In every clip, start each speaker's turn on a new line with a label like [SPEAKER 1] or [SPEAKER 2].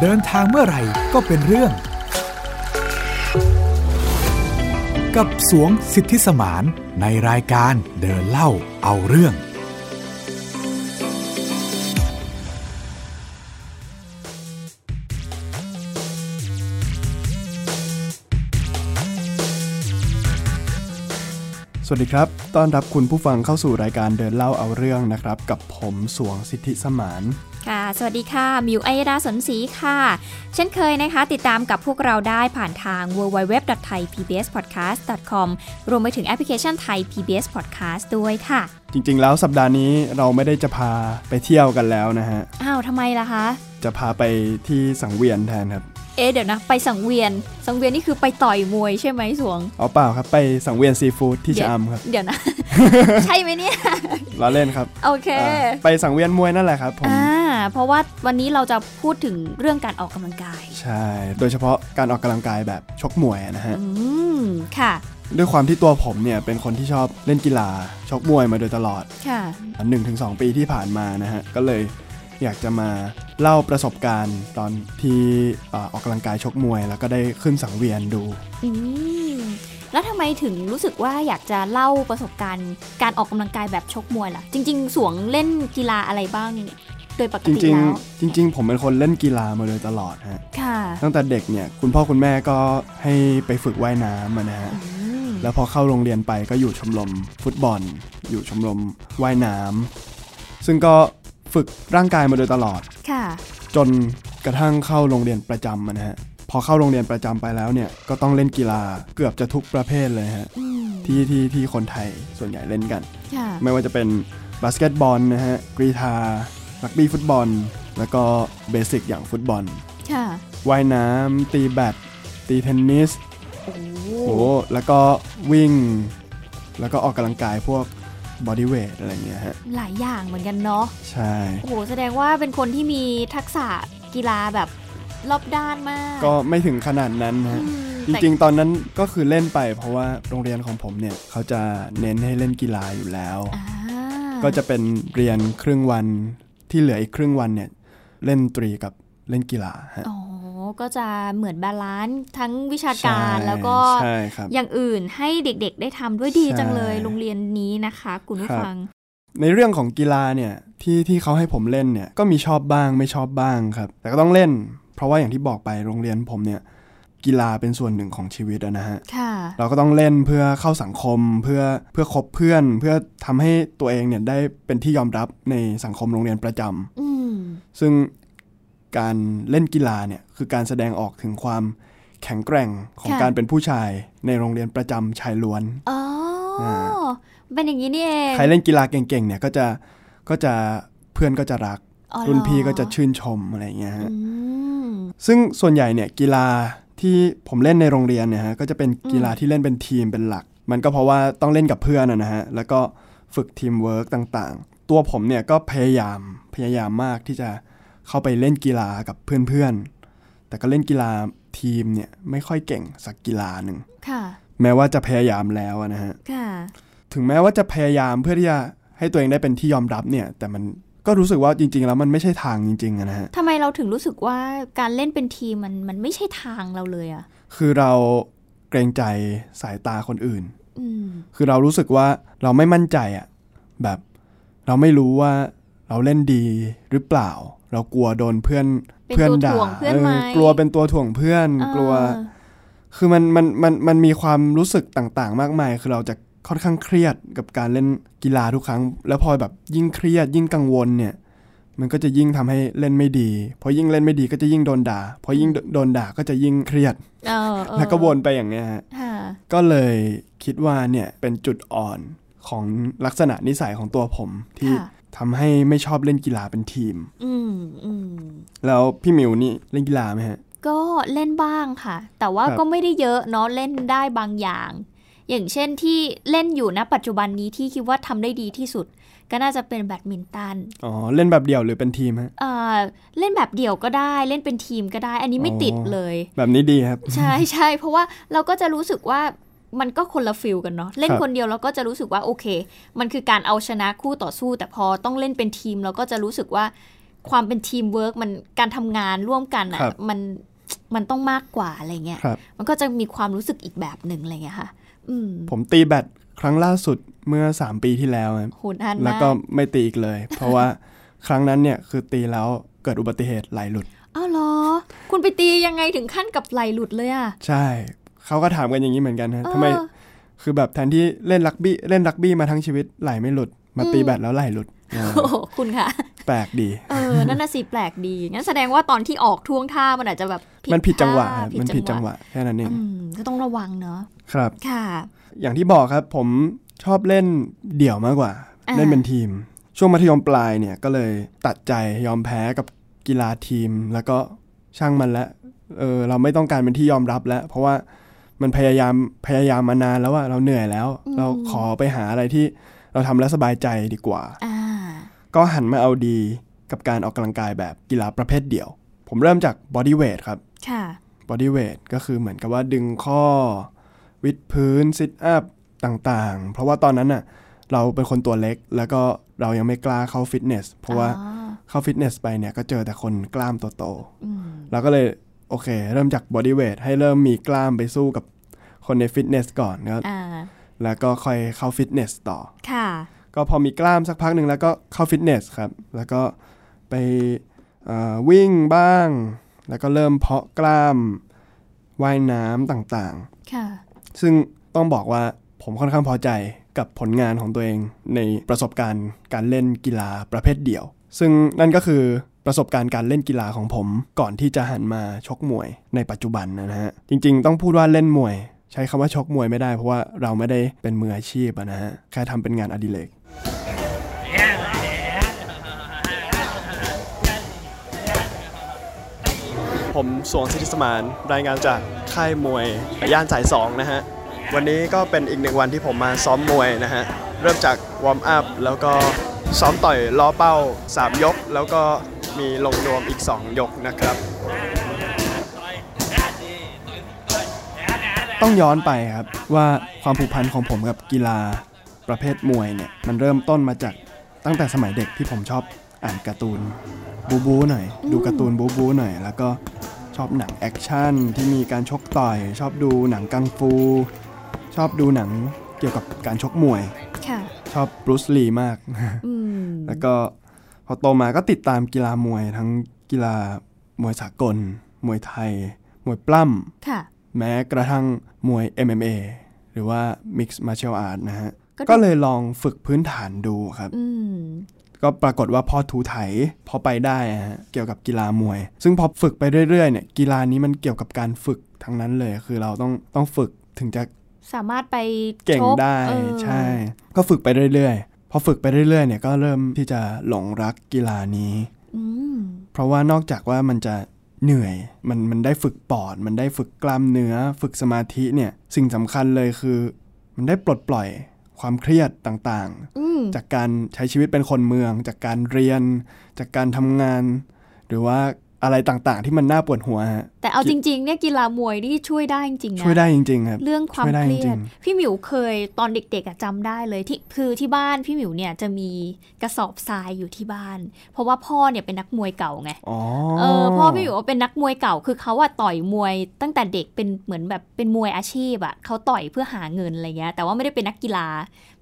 [SPEAKER 1] เดินทางเมื่อไหร่ก็เป็นเรื่อง กับสวงสิทธิสมานในรายการเดินเล่าเอาเรื่อง
[SPEAKER 2] สวัสดีครับ ต้อนรับคุณผู้ฟังเข้าสู่รายการเดินเล่าเอาเรื่องนะครับ กับผมสวงสิทธิสมาน
[SPEAKER 3] ค่ะ สวัสดีค่ะ มิวไอราสนศรีค่ะ เช่นเคยนะคะ ติดตามกับพวกเราได้ผ่านทาง www.thaipbspodcast.com รวมไปถึงแอปพลิเคชัน Thai PBS Podcast ด้วยค่ะ
[SPEAKER 2] จริงๆ แล้วสัปดาห์นี้เราไม่ได้จะพาไปเที่ยวกันแล้วนะฮะ
[SPEAKER 3] อ้าว ทำไมล่ะคะ
[SPEAKER 2] จะพาไปที่สังเวียนแทนครับ
[SPEAKER 3] เอ๊ะเดี๋ยวนะ ไปสังเวียน สังเวียนนี่คือไปต่อยมวยใช่ไหมสวง
[SPEAKER 2] เอาเปล่าครับไปสังเวียนซีฟู้ดที่ชะอำครับ
[SPEAKER 3] เดี๋ยวนะ ใช่ไหมเนี่ย
[SPEAKER 2] ล้อเล่นครับ
[SPEAKER 3] โอเค
[SPEAKER 2] เอ่อไปสังเวียนมวยนั่นแหละครับผม
[SPEAKER 3] อ่า เพราะว่าวันนี้เราจะพูดถึงเรื่องการออกกำลังกาย
[SPEAKER 2] ใช่ โดยเฉพาะการออกกำลังกายแบบชกมวยนะฮะ
[SPEAKER 3] อืม ค่ะ
[SPEAKER 2] ด้วยความที่ตัวผมเนี่ยเป็นคนที่ชอบเล่นกีฬาชกมวยมาโดยตลอด
[SPEAKER 3] ค่ะ
[SPEAKER 2] 1-2 ปีที่ผ่านมานะฮะ ก็เลยอยากจะมาเล่าประสบการณ์ตอนที่เอ่อออกกำลังกายชกมวย แล้วก็ได้ขึ้นสังเวียนดู
[SPEAKER 3] อืม แล้วทำไมถึงรู้สึกว่าอยากจะเล่าประสบการณ์การออกกำลังกายแบบชกมวยล่ะ จริง ๆ สวงเล่นกีฬาอะไรบ้าง โดยปก
[SPEAKER 2] จ
[SPEAKER 3] ติ
[SPEAKER 2] ริง
[SPEAKER 3] แล้ว
[SPEAKER 2] ๆ จริง ๆ ผมเป็นคนเล่นกีฬามาโดยตลอดฮะ
[SPEAKER 3] ค่ะ
[SPEAKER 2] ตั้งแต่เด็กเนี่ยคุณพ่อคุณแม่ก็ให้ไปฝึกว่ายน้ำอะนะฮะ
[SPEAKER 3] อืม
[SPEAKER 2] แล้วพอเข้าโรงเรียนไปก็อยู่ชมรมฟุตบอล อยู่ชมรมว่ายน้ำซึ่งก็ฝึกร่างกายมาโดยตลอด
[SPEAKER 3] ค่ะ
[SPEAKER 2] จนกระทั่งเข้าโรงเรียนประจำอะนะฮะพอเข้าโรงเรียนประจำไปแล้วเนี่ยก็ต้องเล่นกีฬาเกือบจะทุกประเภทเลยฮะ
[SPEAKER 3] อืม
[SPEAKER 2] ที่ที่ที่คนไทยส่วนใหญ่เล่นกัน
[SPEAKER 3] ค่ะ
[SPEAKER 2] ไม่ว่าจะเป็นบาสเกตบอลนะฮะกรีธารักบี้ฟุตบอล แล้วก็เบสิกอย่างฟุตบอล
[SPEAKER 3] ค่ะ
[SPEAKER 2] ว่ายน้ำตีแบดตีเทนนิส
[SPEAKER 3] โอ้
[SPEAKER 2] โอ้แล้วก็วิ่ง แล้วก็ออกกำลังกายพวกบอดี้เวทอะไรเงี้ยฮะ
[SPEAKER 3] หลายอย่างเหมือนกันเนาะ
[SPEAKER 2] ใช่
[SPEAKER 3] โอ้โห แสดงว่าเป็นคนที่มีทักษะกีฬาแบบรอบด้านมาก
[SPEAKER 2] ก็ไม่ถึงขนาดนั้นนะ
[SPEAKER 3] อื
[SPEAKER 2] ฮะจ
[SPEAKER 3] มแต่
[SPEAKER 2] ริงๆ ตอนนั้นก็คือเล่นไปเพราะว่าโรงเรียนของผมเนี่ยเขาจะเน้นให้เล่นกีฬาอยู่แล้ว
[SPEAKER 3] อ่า
[SPEAKER 2] ก็จะเป็นเรียนครึ่งวันที่เหลืออีกครึ่งวันเนี่ยเล่นดนตรีกับเล่นกีฬาฮะ
[SPEAKER 3] อ๋อ ก็จะเหมือนบาลานซ์ทั้งวิชาการแล้วก็
[SPEAKER 2] ใช่ครับ
[SPEAKER 3] อย่างอื่นให้เด็กๆ ได้ทำด้วยดี
[SPEAKER 2] ใช่
[SPEAKER 3] จังเลยโรงเรียนนี้นะคะ คุณผู้
[SPEAKER 2] ครับ
[SPEAKER 3] ฟัง
[SPEAKER 2] ในเรื่องของกีฬาเนี่ยที่ที่เขาให้ผมเล่นเนี่ยก็มีชอบบ้างไม่ชอบบ้างครับ แต่ก็ต้องเล่น เพราะว่าอย่างที่บอกไปโรงเรียนผมเนี่ยกีฬาเป็นส่วนหนึ่งของชีวิตอะนะฮะ
[SPEAKER 3] ค่ะ
[SPEAKER 2] เราก็ต้องเล่นเพื่อเข้าสังคมเพื่อเพื่อคบเพื่อน เพื่อทำให้ตัวเองเนี่ยได้เป็นที่ยอมรับในสังคมโรงเรียนประจำ
[SPEAKER 3] อืม
[SPEAKER 2] ซึ่งการเล่นกีฬาเนี่ยคือการแสดงออกถึงความแข็งแกร่งของ
[SPEAKER 3] ค่ะ
[SPEAKER 2] การเป็นผู้ชายในโรงเรียนประจำชายล้วน
[SPEAKER 3] อ๋ออา เป็นอย่างนี้นี่เอง
[SPEAKER 2] ใครเล่นกีฬาเก่งๆเนี่ยก็จะก็จะเพื่อนก็จะรัก
[SPEAKER 3] อ๋อเหอ
[SPEAKER 2] รุ่นพี่ก็จะชื่นชมอะไรอย่างเงี้ยฮะ
[SPEAKER 3] อืม
[SPEAKER 2] ซึ่งส่วนใหญ่เนี่ยกีฬาที่ผมเล่นในโรงเรียนเนี่ยฮะก็จะเป็นกีฬาที่เล่นเป็นทีมเป็นหลัก มันก็เพราะว่าต้องเล่นกับเพื่อนอะนะฮะแล้วก็ฝึกทีมเวิร์กต่างๆ ตัวผมเนี่ยก็พยายามพยายามมากที่จะเข้าไปเล่นกีฬากับเพื่อนๆ แต่ก็เล่นกีฬาทีมเนี่ยไม่ค่อยเก่งสักกีฬาหนึ่ง
[SPEAKER 3] ค่ะ
[SPEAKER 2] แม้ว่าจะพยายามแล้วอะนะฮะ
[SPEAKER 3] ค่ะ
[SPEAKER 2] ถึงแม้ว่าจะพยายามเพื่อที่จะให้ตัวเองได้เป็นที่ยอมรับเนี่ยแต่มันก็รู้สึกว่าจริงๆ แล้วมันไม่ใช่ทางจริงๆอะนะฮะ
[SPEAKER 3] ทำไมเราถึงรู้สึกว่าการเล่นเป็นทีมมันมันไม่ใช่ทางเราเลยอะ
[SPEAKER 2] คือเราเกรงใจสายตาคนอื่น
[SPEAKER 3] อืม
[SPEAKER 2] คือเรารู้สึกว่าเราไม่มั่นใจอะแบบเราไม่รู้ว่าเราเล่นดีหรือเปล่า เรากลัวโดนเพื่อน
[SPEAKER 3] เป็นตัวถ่วงเพื่อนไหม
[SPEAKER 2] กลัวเป็นตัวถ่วงเพื่อน กลัว
[SPEAKER 3] เออ
[SPEAKER 2] คือมันมันมันมันมีความรู้สึกต่างๆ มากมาย คือเราจะค่อนข้างเครียดกับการเล่นกีฬาทุกครั้ง แล้วพอแบบยิ่งเครียดยิ่งกังวลเนี่ย มันก็จะยิ่งทำให้เล่นไม่ดี พอยิ่งเล่นไม่ดีก็จะยิ่งโดนด่า พอยิ่งโดนด่าก็จะยิ่งเครียด
[SPEAKER 3] เออเออ
[SPEAKER 2] แล้วก็วนไปอย่างเนี้ยฮะ
[SPEAKER 3] ค่ะ
[SPEAKER 2] ก็เลยคิดว่าเนี่ยเป็นจุดอ่อนของลักษณะนิสัยของตัวผม ที่
[SPEAKER 3] ค่ะ
[SPEAKER 2] ทำให้ไม่ชอบเล่นกีฬาเป็นทีม
[SPEAKER 3] อืมอืม
[SPEAKER 2] แล้วพี่หมิวนี่เล่นกีฬาไหมฮะ
[SPEAKER 3] ก็เล่นบ้างค่ะ แต่ว่า
[SPEAKER 2] ครับ
[SPEAKER 3] ก็ไม่ได้เยอะเนาะเล่นได้บางอย่าง อย่างเช่นที่เล่นอยู่ณปัจจุบันนี้ที่คิดว่าทำได้ดีที่สุด ก็น่าจะเป็นแบดมินตัน
[SPEAKER 2] อ๋อเล่นแบบเดี่ยวหรือเป็นทีมฮะ
[SPEAKER 3] เอ่อเล่นแบบเดี่ยวก็ได้เล่นเป็นทีมก็ได้ อันนี้ไม่
[SPEAKER 2] อ๋อ
[SPEAKER 3] ติดเลย
[SPEAKER 2] แบบนี้ดีครับ
[SPEAKER 3] ใช่ใช่เพราะว่าเราก็จะรู้สึกว่ามันก็คนละฟิลกันเนาะเล่น
[SPEAKER 2] ครับ
[SPEAKER 3] คนเดียวเราก็จะรู้สึกว่าโอเค มันคือการเอาชนะคู่ต่อสู้ แต่พอต้องเล่นเป็นทีมเราก็จะรู้สึกว่า ความเป็นทีมเวิร์กมันการทำงานร่วมกันอ่ะ
[SPEAKER 2] ครับ
[SPEAKER 3] มันมันต้องมากกว่าอะไรเงี้ย
[SPEAKER 2] ครับ
[SPEAKER 3] มันก็จะมีความรู้สึกอีกแบบหนึ่งอะไรเงี้ยค่ะ อืม
[SPEAKER 2] ผมตีแบตครั้งล่าสุดเมื่อ 3 ปีที่แล้วครับ
[SPEAKER 3] โหนาน
[SPEAKER 2] แล้ว
[SPEAKER 3] มาก
[SPEAKER 2] ก็ไม่ตีอีกเลย เพราะว่าครั้งนั้นเนี่ยคือตีแล้วเกิดอุบัติเหตุไหลหลุด
[SPEAKER 3] อ้าวเหรอ คุณไปตียังไงถึงขั้นกับไหลหลุดเลยอ่ะ
[SPEAKER 2] ใช่ เขาก็ถามกันอย่างนี้เหมือนกันฮะ
[SPEAKER 3] เออ
[SPEAKER 2] ทำไมคือแบบแทนที่เล่นรักบี้เล่นรักบี้มาทั้งชีวิตไหลไม่หลุด มาตี
[SPEAKER 3] อืม
[SPEAKER 2] แบตแล้วไหลหลุดอ่า
[SPEAKER 3] โอ้โหคุณค่ะ
[SPEAKER 2] แปลกดี
[SPEAKER 3] เอ อ นั่นน่ะสิแปลกดี งั้นแสดงว่าตอนที่ออกท่วงท่ามันอาจจะแบบ
[SPEAKER 2] มันผิดจังหวะ
[SPEAKER 3] ท่า
[SPEAKER 2] ฮะมันผิดจังหวะแค่นั้นเอง
[SPEAKER 3] อืมก็ต้องระวังเนาะ
[SPEAKER 2] ครับ
[SPEAKER 3] ค่ะ
[SPEAKER 2] อย่างที่บอกครับผมชอบเล่นเดี่ยวมากกว่า
[SPEAKER 3] อ่า
[SPEAKER 2] เล่นเป็นทีม ช่วงมัธยมปลายเนี่ยก็เลยตัดใจยอมแพ้กับกีฬาทีม แล้วก็ช่างมันละเออเราไม่ต้องการเป็นที่ยอมรับแล้ว เพราะว่ามันพยายามพยายามมานานแล้วว่าเราเหนื่อยแล้ว เราขอไปหาอะไรที่เราทำแล้วสบายใจดีกว่า
[SPEAKER 3] อ่า
[SPEAKER 2] ก็หันมาเอาดีกับการออกกำลังกายแบบกีฬาประเภทเดี่ยว ผมเริ่มจากบอดี้เวทครับ
[SPEAKER 3] ค่ะ
[SPEAKER 2] บอดี้เวทก็คือเหมือนกับว่าดึงข้อ วิดพื้นซิทอัพต่างๆ เพราะว่าตอนนั้นน่ะเราเป็นคนตัวเล็ก แล้วก็เรายังไม่กล้าเข้าฟิตเนสเพราะว่า
[SPEAKER 3] อ๋อ
[SPEAKER 2] เข้าฟิตเนสไปเนี่ยก็เจอแต่คนกล้ามโต
[SPEAKER 3] อืม
[SPEAKER 2] ๆเราก็เลยโอเค เริ่มจากบอดี้เวทให้เริ่มมีกล้ามไปสู้กับคนในฟิตเนสก่อนแล้ว
[SPEAKER 3] อ่า
[SPEAKER 2] แล้วก็ค่อยเข้าฟิตเนสต่อ
[SPEAKER 3] ค่ะ
[SPEAKER 2] ก็พอมีกล้ามสักพักหนึ่งแล้วก็เข้าฟิตเนสครับ แล้วก็ไปเอ่อวิ่งบ้าง แล้วก็เริ่มเพาะกล้ามว่ายน้ำต่าง
[SPEAKER 3] ค่ะ
[SPEAKER 2] ๆ ซึ่งต้องบอกว่าผมค่อนข้างพอใจกับผลงานของตัวเองในประสบการณ์การเล่นกีฬาประเภทเดี่ยว ซึ่งนั่นก็คือประสบการณ์การเล่นกีฬาของผมก่อนที่จะหันมาชกมวยในปัจจุบันนะฮะ จริงๆ ต้องพูดว่าเล่นมวย ใช้คำว่าชกมวยไม่ได้ เพราะว่าเราไม่ได้เป็นมืออาชีพอะนะฮะแค่ทำเป็นงานอดิเรก ผมสวงสิทธิสมานรายงานจากค่ายมวยย่านสายสองนะฮะ วันนี้ก็เป็นอีกหนึ่งวันที่ผมมาซ้อมมวยนะฮะ เริ่มจากวอร์มอัพแล้วก็ซ้อมต่อยล้อเป้า 3 ยก แล้วก็มีลงนวมอีก 2 ยกนะครับ ต้องย้อนไปครับว่าความผูกพันของผมกับกีฬาประเภทมวยเนี่ย มันเริ่มต้นมาจากตั้งแต่สมัยเด็กที่ผมชอบอ่านการ์ตูนบูบูหน่อย ดูการ์ตูนบูบูหน่อย แล้วก็ชอบหนังแอคชั่นที่มีการชกต่อย ชอบดูหนังกังฟู ชอบดูหนังเกี่ยวกับการชกมวย
[SPEAKER 3] ค่ะ
[SPEAKER 2] ชอบบรูซลีมาก
[SPEAKER 3] อืม
[SPEAKER 2] แล้วก็พอโตมาก็ติดตามกีฬามวยทั้งกีฬามวยสากล มวยไทย มวยปล้ำ
[SPEAKER 3] ค่ะ
[SPEAKER 2] แม้กระทั่งมวย MMA หรือว่า Mixed Martial Art นะฮะ
[SPEAKER 3] ก็ดู
[SPEAKER 2] ก็เลยลองฝึกพื้นฐานดูครับ
[SPEAKER 3] อืม
[SPEAKER 2] ก็ปรากฏว่าพอถูไถพอไปได้ฮะเกี่ยวกับกีฬามวย ซึ่งพอฝึกไปเรื่อยๆเนี่ยกีฬานี้มันเกี่ยวกับการฝึกทั้งนั้นเลย คือเราต้องต้องฝึกถึงจะ
[SPEAKER 3] สามารถไป
[SPEAKER 2] เก่ง
[SPEAKER 3] ช
[SPEAKER 2] ได้
[SPEAKER 3] เออ
[SPEAKER 2] ใช่ ก็ฝึกไปเรื่อยๆ พอฝึกไปเรื่อยๆเนี่ยก็เริ่มที่จะหลงรักกีฬานี้
[SPEAKER 3] อืม
[SPEAKER 2] เพราะว่านอกจากว่ามันจะเหนื่อย มันมันได้ฝึกปอด มันได้ฝึกกล้ามเนื้อ ฝึกสมาธิเนี่ย สิ่งสำคัญเลยคือ มันได้ปลดปล่อยความเครียดต่าง
[SPEAKER 3] อืม
[SPEAKER 2] ๆ จากการใช้ชีวิตเป็นคนเมือง จากการเรียน จากการทำงาน หรือว่าอะไรต่างๆ ที่มันน่าปวดหัวฮะ
[SPEAKER 3] แต่เอาจริง ๆ เนี่ยกีฬามวยนี่ช่วยได้จริงๆนะ
[SPEAKER 2] ช่วยได้จริงๆครับ
[SPEAKER 3] เรื่องความ
[SPEAKER 2] ช่วยได้จ
[SPEAKER 3] เครีย
[SPEAKER 2] ริ
[SPEAKER 3] ด
[SPEAKER 2] ง
[SPEAKER 3] พี่หมิวเคยตอนเด็กๆอะจำได้เลยที่คือที่บ้านพี่หมิวเนี่ยจะมีกระสอบทรายอยู่ที่บ้าน เพราะว่าพ่อเนี่ยเป็นนักมวยเก่าไง
[SPEAKER 2] อ๋อ
[SPEAKER 3] เออพ่อพี่หมิวเป็นนักมวยเก่าคือเขาอะต่อยมวยตั้งแต่เด็กเป็นเหมือนแบบเป็นมวยอาชีพอะเขาต่อยเพื่อหาเงินอะไรเงี้ยแต่ว่าไม่ได้เป็นนักกีฬา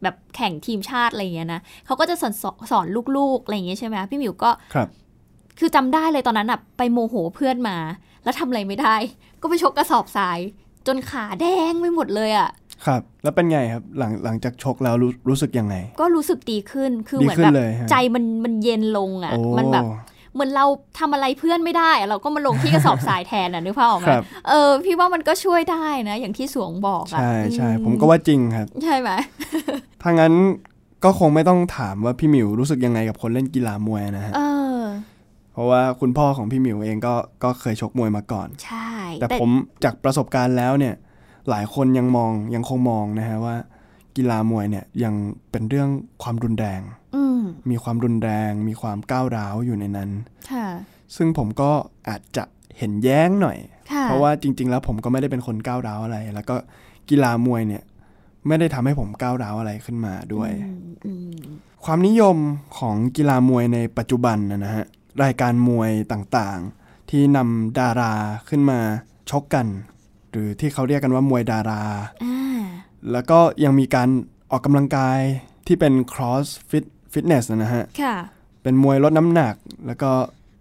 [SPEAKER 3] แบบแข่งทีมชาติอะไรเงี้ยนะเขาก็จะสอนสอนลูกๆอะไรอย่างเงี้ยใช่ไหมพี่หมิวก็
[SPEAKER 2] ครับ
[SPEAKER 3] คือจำได้เลยตอนนั้นอะไปโมโหเพื่อนมา แล้วทำอะไรไม่ได้ ก็ไปชกกระสอบทราย จนขาแดงไปหมดเลยอะ
[SPEAKER 2] ครับ แล้วเป็นไงครับ หลังหลังจากชกแล้วรู้รู้สึกยังไง
[SPEAKER 3] ก็รู้สึกดีขึ้น คือ
[SPEAKER 2] ดี
[SPEAKER 3] เหมือน
[SPEAKER 2] ขึ้น
[SPEAKER 3] แบบ
[SPEAKER 2] เลยฮะ
[SPEAKER 3] ใจมันมันเย็นลงอะ่ะ
[SPEAKER 2] โอ้
[SPEAKER 3] มันแบบเหมือนเราทำอะไรเพื่อนไม่ได้อะเราก็มาลงที่กระสอบ ทรายแทนอ่ะนึกภาพออกไหม
[SPEAKER 2] ครับ
[SPEAKER 3] เออ พี่ว่ามันก็ช่วยได้นะ อย่างที่สวงบอกอะ่ะ
[SPEAKER 2] ใช่ใช่
[SPEAKER 3] อื
[SPEAKER 2] ผมก็ว่าจริงครับ
[SPEAKER 3] ใช่ไหม
[SPEAKER 2] ถ้างั้นก็คงไม่ต้องถามว่าพี่หมิวรู้สึกยังไงกับคนเล่นกีฬามวยนะฮะ
[SPEAKER 3] เออ
[SPEAKER 2] เพราะว่าคุณพ่อของพี่หมิวเองก็ก็เคยชกมวยมาก่อน
[SPEAKER 3] ใช่
[SPEAKER 2] แต่ผมจากประสบการณ์แล้วเนี่ย หลายคนยังมองยังคงมองนะฮะว่า กีฬามวยเนี่ยยังเป็นเรื่องความรุนแรง
[SPEAKER 3] อืม
[SPEAKER 2] มีความรุนแรง มีความก้าวร้าวอยู่ในนั้น
[SPEAKER 3] ค่ะ
[SPEAKER 2] ซึ่งผมก็อาจจะเห็นแย้งหน่อย
[SPEAKER 3] ค่ะ
[SPEAKER 2] เพราะว่าจริง ๆ แล้วผมก็ไม่ได้เป็นคนก้าวร้าวอะไร แล้วก็กีฬามวยเนี่ยไม่ได้ทำให้ผมก้าวร้าวอะไรขึ้นมาด้วย
[SPEAKER 3] อืมอืม
[SPEAKER 2] ความนิยมของกีฬามวยในปัจจุบันนะนะฮะ รายการมวยต่างๆ ที่นำดาราขึ้นมาชกกัน หรือที่เขาเรียกกันว่ามวยดารา
[SPEAKER 3] อ่า
[SPEAKER 2] แล้วก็ยังมีการออกกำลังกายที่เป็น cross fit fitness นะฮะ
[SPEAKER 3] ค่ะ
[SPEAKER 2] เป็นมวยลดน้ำหนัก แล้วก็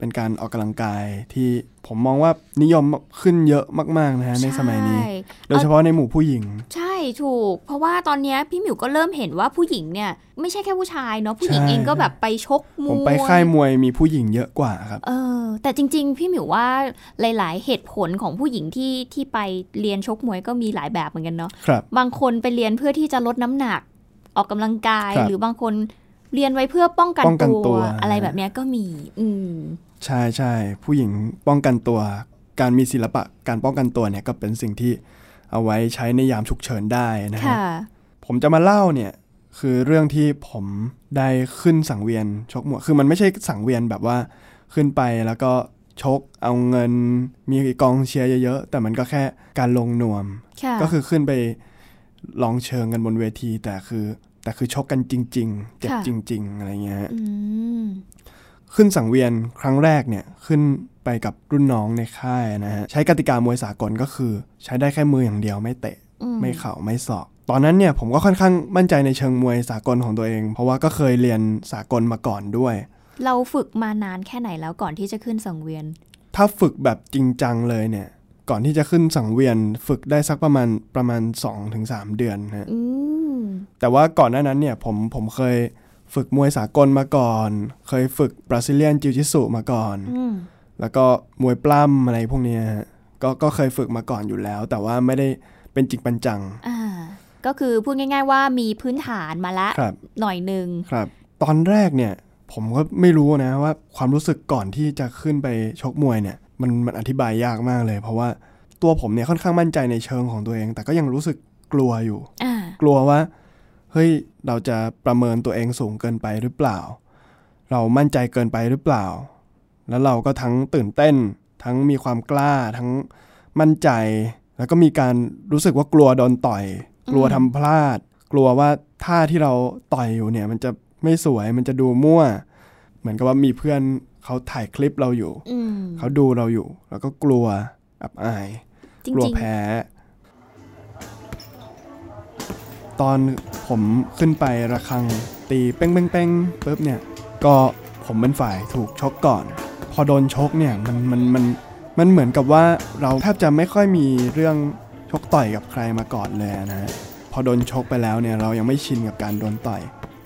[SPEAKER 2] เป็นการออกกำลังกายที่ผมมองว่านิยมขึ้นเยอะมากๆนะฮะในสมัยนี้
[SPEAKER 3] ใช่
[SPEAKER 2] โดยเฉพาะในหมู่ผู้หญิง
[SPEAKER 3] ใช่ถูก เพราะว่าตอนเนี้ยพี่หมิวก็เริ่มเห็นว่าผู้หญิงเนี่ยไม่ใช่แค่ผู้ชายเนาะผู้หญิง
[SPEAKER 2] ใช่
[SPEAKER 3] เองก็แบบไปชกม
[SPEAKER 2] ผ
[SPEAKER 3] วย
[SPEAKER 2] มไปค่ายมวยมีผู้หญิงเยอะกว่าครับ
[SPEAKER 3] เออแต่จริง ๆ พี่หมิวว่าหลาย ๆ เหตุผลของผู้หญิงที่ที่ไปเรียนชกมวยก็มีหลายแบบเหมือนกันเนาะ
[SPEAKER 2] ครับ
[SPEAKER 3] บางคนไปเรียนเพื่อที่จะลดน้ำหนัก ออกกำลังกาย
[SPEAKER 2] ครับ
[SPEAKER 3] หรือบางคนเรียนไว้เพื่อป้องกัน
[SPEAKER 2] ป้องกันตัว
[SPEAKER 3] อะไรแบบเนี้ยก็มี อืม
[SPEAKER 2] ใช่ใช่ผู้หญิงป้องกันตัว การมีศิลปะการป้องกันตัวเนี่ยก็เป็นสิ่งที่เอาไว้ใช้ในยามฉุกเฉินได้นะฮะ
[SPEAKER 3] ค่ะ
[SPEAKER 2] ผมจะมาเล่าเนี่ยคือเรื่องที่ผมได้ขึ้นสังเวียนชกมวยคือมันไม่ใช่สังเวียนแบบว่าขึ้นไปแล้วก็ชกเอาเงิน มีกองเชียร์เยอะๆแต่มันก็แค่การลงนวม
[SPEAKER 3] ค่ะ
[SPEAKER 2] ก็คือขึ้นไปลองเชิงกันบนเวที แต่คือแต่คือชกกันจริง ๆ เจ็บ
[SPEAKER 3] ค่ะ
[SPEAKER 2] จริง ๆ อะไรเงี้ยฮะ
[SPEAKER 3] อืม
[SPEAKER 2] ขึ้นสังเวียนครั้งแรกเนี่ยขึ้นไปกับรุ่นน้องในค่ายนะฮะใช้กติกามวยสากลก็คือ ใช้ได้แค่มืออย่างเดียวไม่เตะ
[SPEAKER 3] อืม
[SPEAKER 2] ไม่เข่าไม่ศอก ตอนนั้นเนี่ยผมก็ค่อนข้างมั่นใจในเชิงมวยสากลของตัวเอง เพราะว่าก็เคยเรียนสากลมาก่อนด้วย
[SPEAKER 3] เราฝึกมานานแค่ไหนแล้วก่อนที่จะขึ้นสังเวียน
[SPEAKER 2] ถ้าฝึกแบบจริงจังเลยเนี่ยก่อนที่จะขึ้นสังเวียนฝึกได้สักประมาณประมาณ 2-3 เดือนนะฮะ
[SPEAKER 3] อืม
[SPEAKER 2] แต่ว่าก่อนหน้านั้นเนี่ยผมผมเคยฝึกมวยสากลมาก่อน เคยฝึกบราซิเลียนจิวจิสุมาก่อน
[SPEAKER 3] อืม
[SPEAKER 2] แล้วก็มวยปล้ำอะไรพวกเนี้ยฮะก็ก็เคยฝึกมาก่อนอยู่แล้ว แต่ว่าไม่ได้เป็นจริงเป็นจัง
[SPEAKER 3] อ่า ก็คือพูดง่าย ๆ ว่ามีพื้นฐานมาละ
[SPEAKER 2] ครับ
[SPEAKER 3] หน่อยหนึ่ง
[SPEAKER 2] ครับ ตอนแรกเนี่ยผมก็ไม่รู้นะว่าความรู้สึกก่อนที่จะขึ้นไปชกมวยเนี่ยมันมันอธิบายยากมากเลย เพราะว่าตัวผมเนี่ยค่อนข้างมั่นใจในเชิงของตัวเอง แต่ก็ยังรู้สึกกลัวอยู่
[SPEAKER 3] อ่า
[SPEAKER 2] กลัวว่าเฮ้ยเราจะประเมินตัวเองสูงเกินไปหรือเปล่า เรามั่นใจเกินไปหรือเปล่า แล้วเราก็ทั้งตื่นเต้น ทั้งมีความกล้าทั้งมั่นใจ แล้วก็มีการรู้สึกว่ากลัวโดนต่อย กลัว
[SPEAKER 3] อืม
[SPEAKER 2] ทำพลาด กลัวว่าท่าที่เราต่อยอยู่เนี่ย มันจะไม่สวยมันจะดูมั่ว เหมือนกับว่ามีเพื่อนเขาถ่ายคลิปเราอยู่
[SPEAKER 3] อืม
[SPEAKER 2] เขาดูเราอยู่ แล้วก็กลัวอับอาย
[SPEAKER 3] จ
[SPEAKER 2] กลัว
[SPEAKER 3] ริง ๆ
[SPEAKER 2] แพ้ ตอนผมขึ้นไประคังตีเป้งเป้งเป้งปุ๊บเนี่ย ก็ผมเป็นฝ่ายถูกชกก่อน พอโดนชกเนี่ยมันมันมันมันเหมือนกับว่าเราแทบจะไม่ค่อยมีเรื่องชกต่อยกับใครมาก่อนเลยนะฮะพอโดนชกไปแล้วเนี่ยเรายังไม่ชินกับการโดนต่อย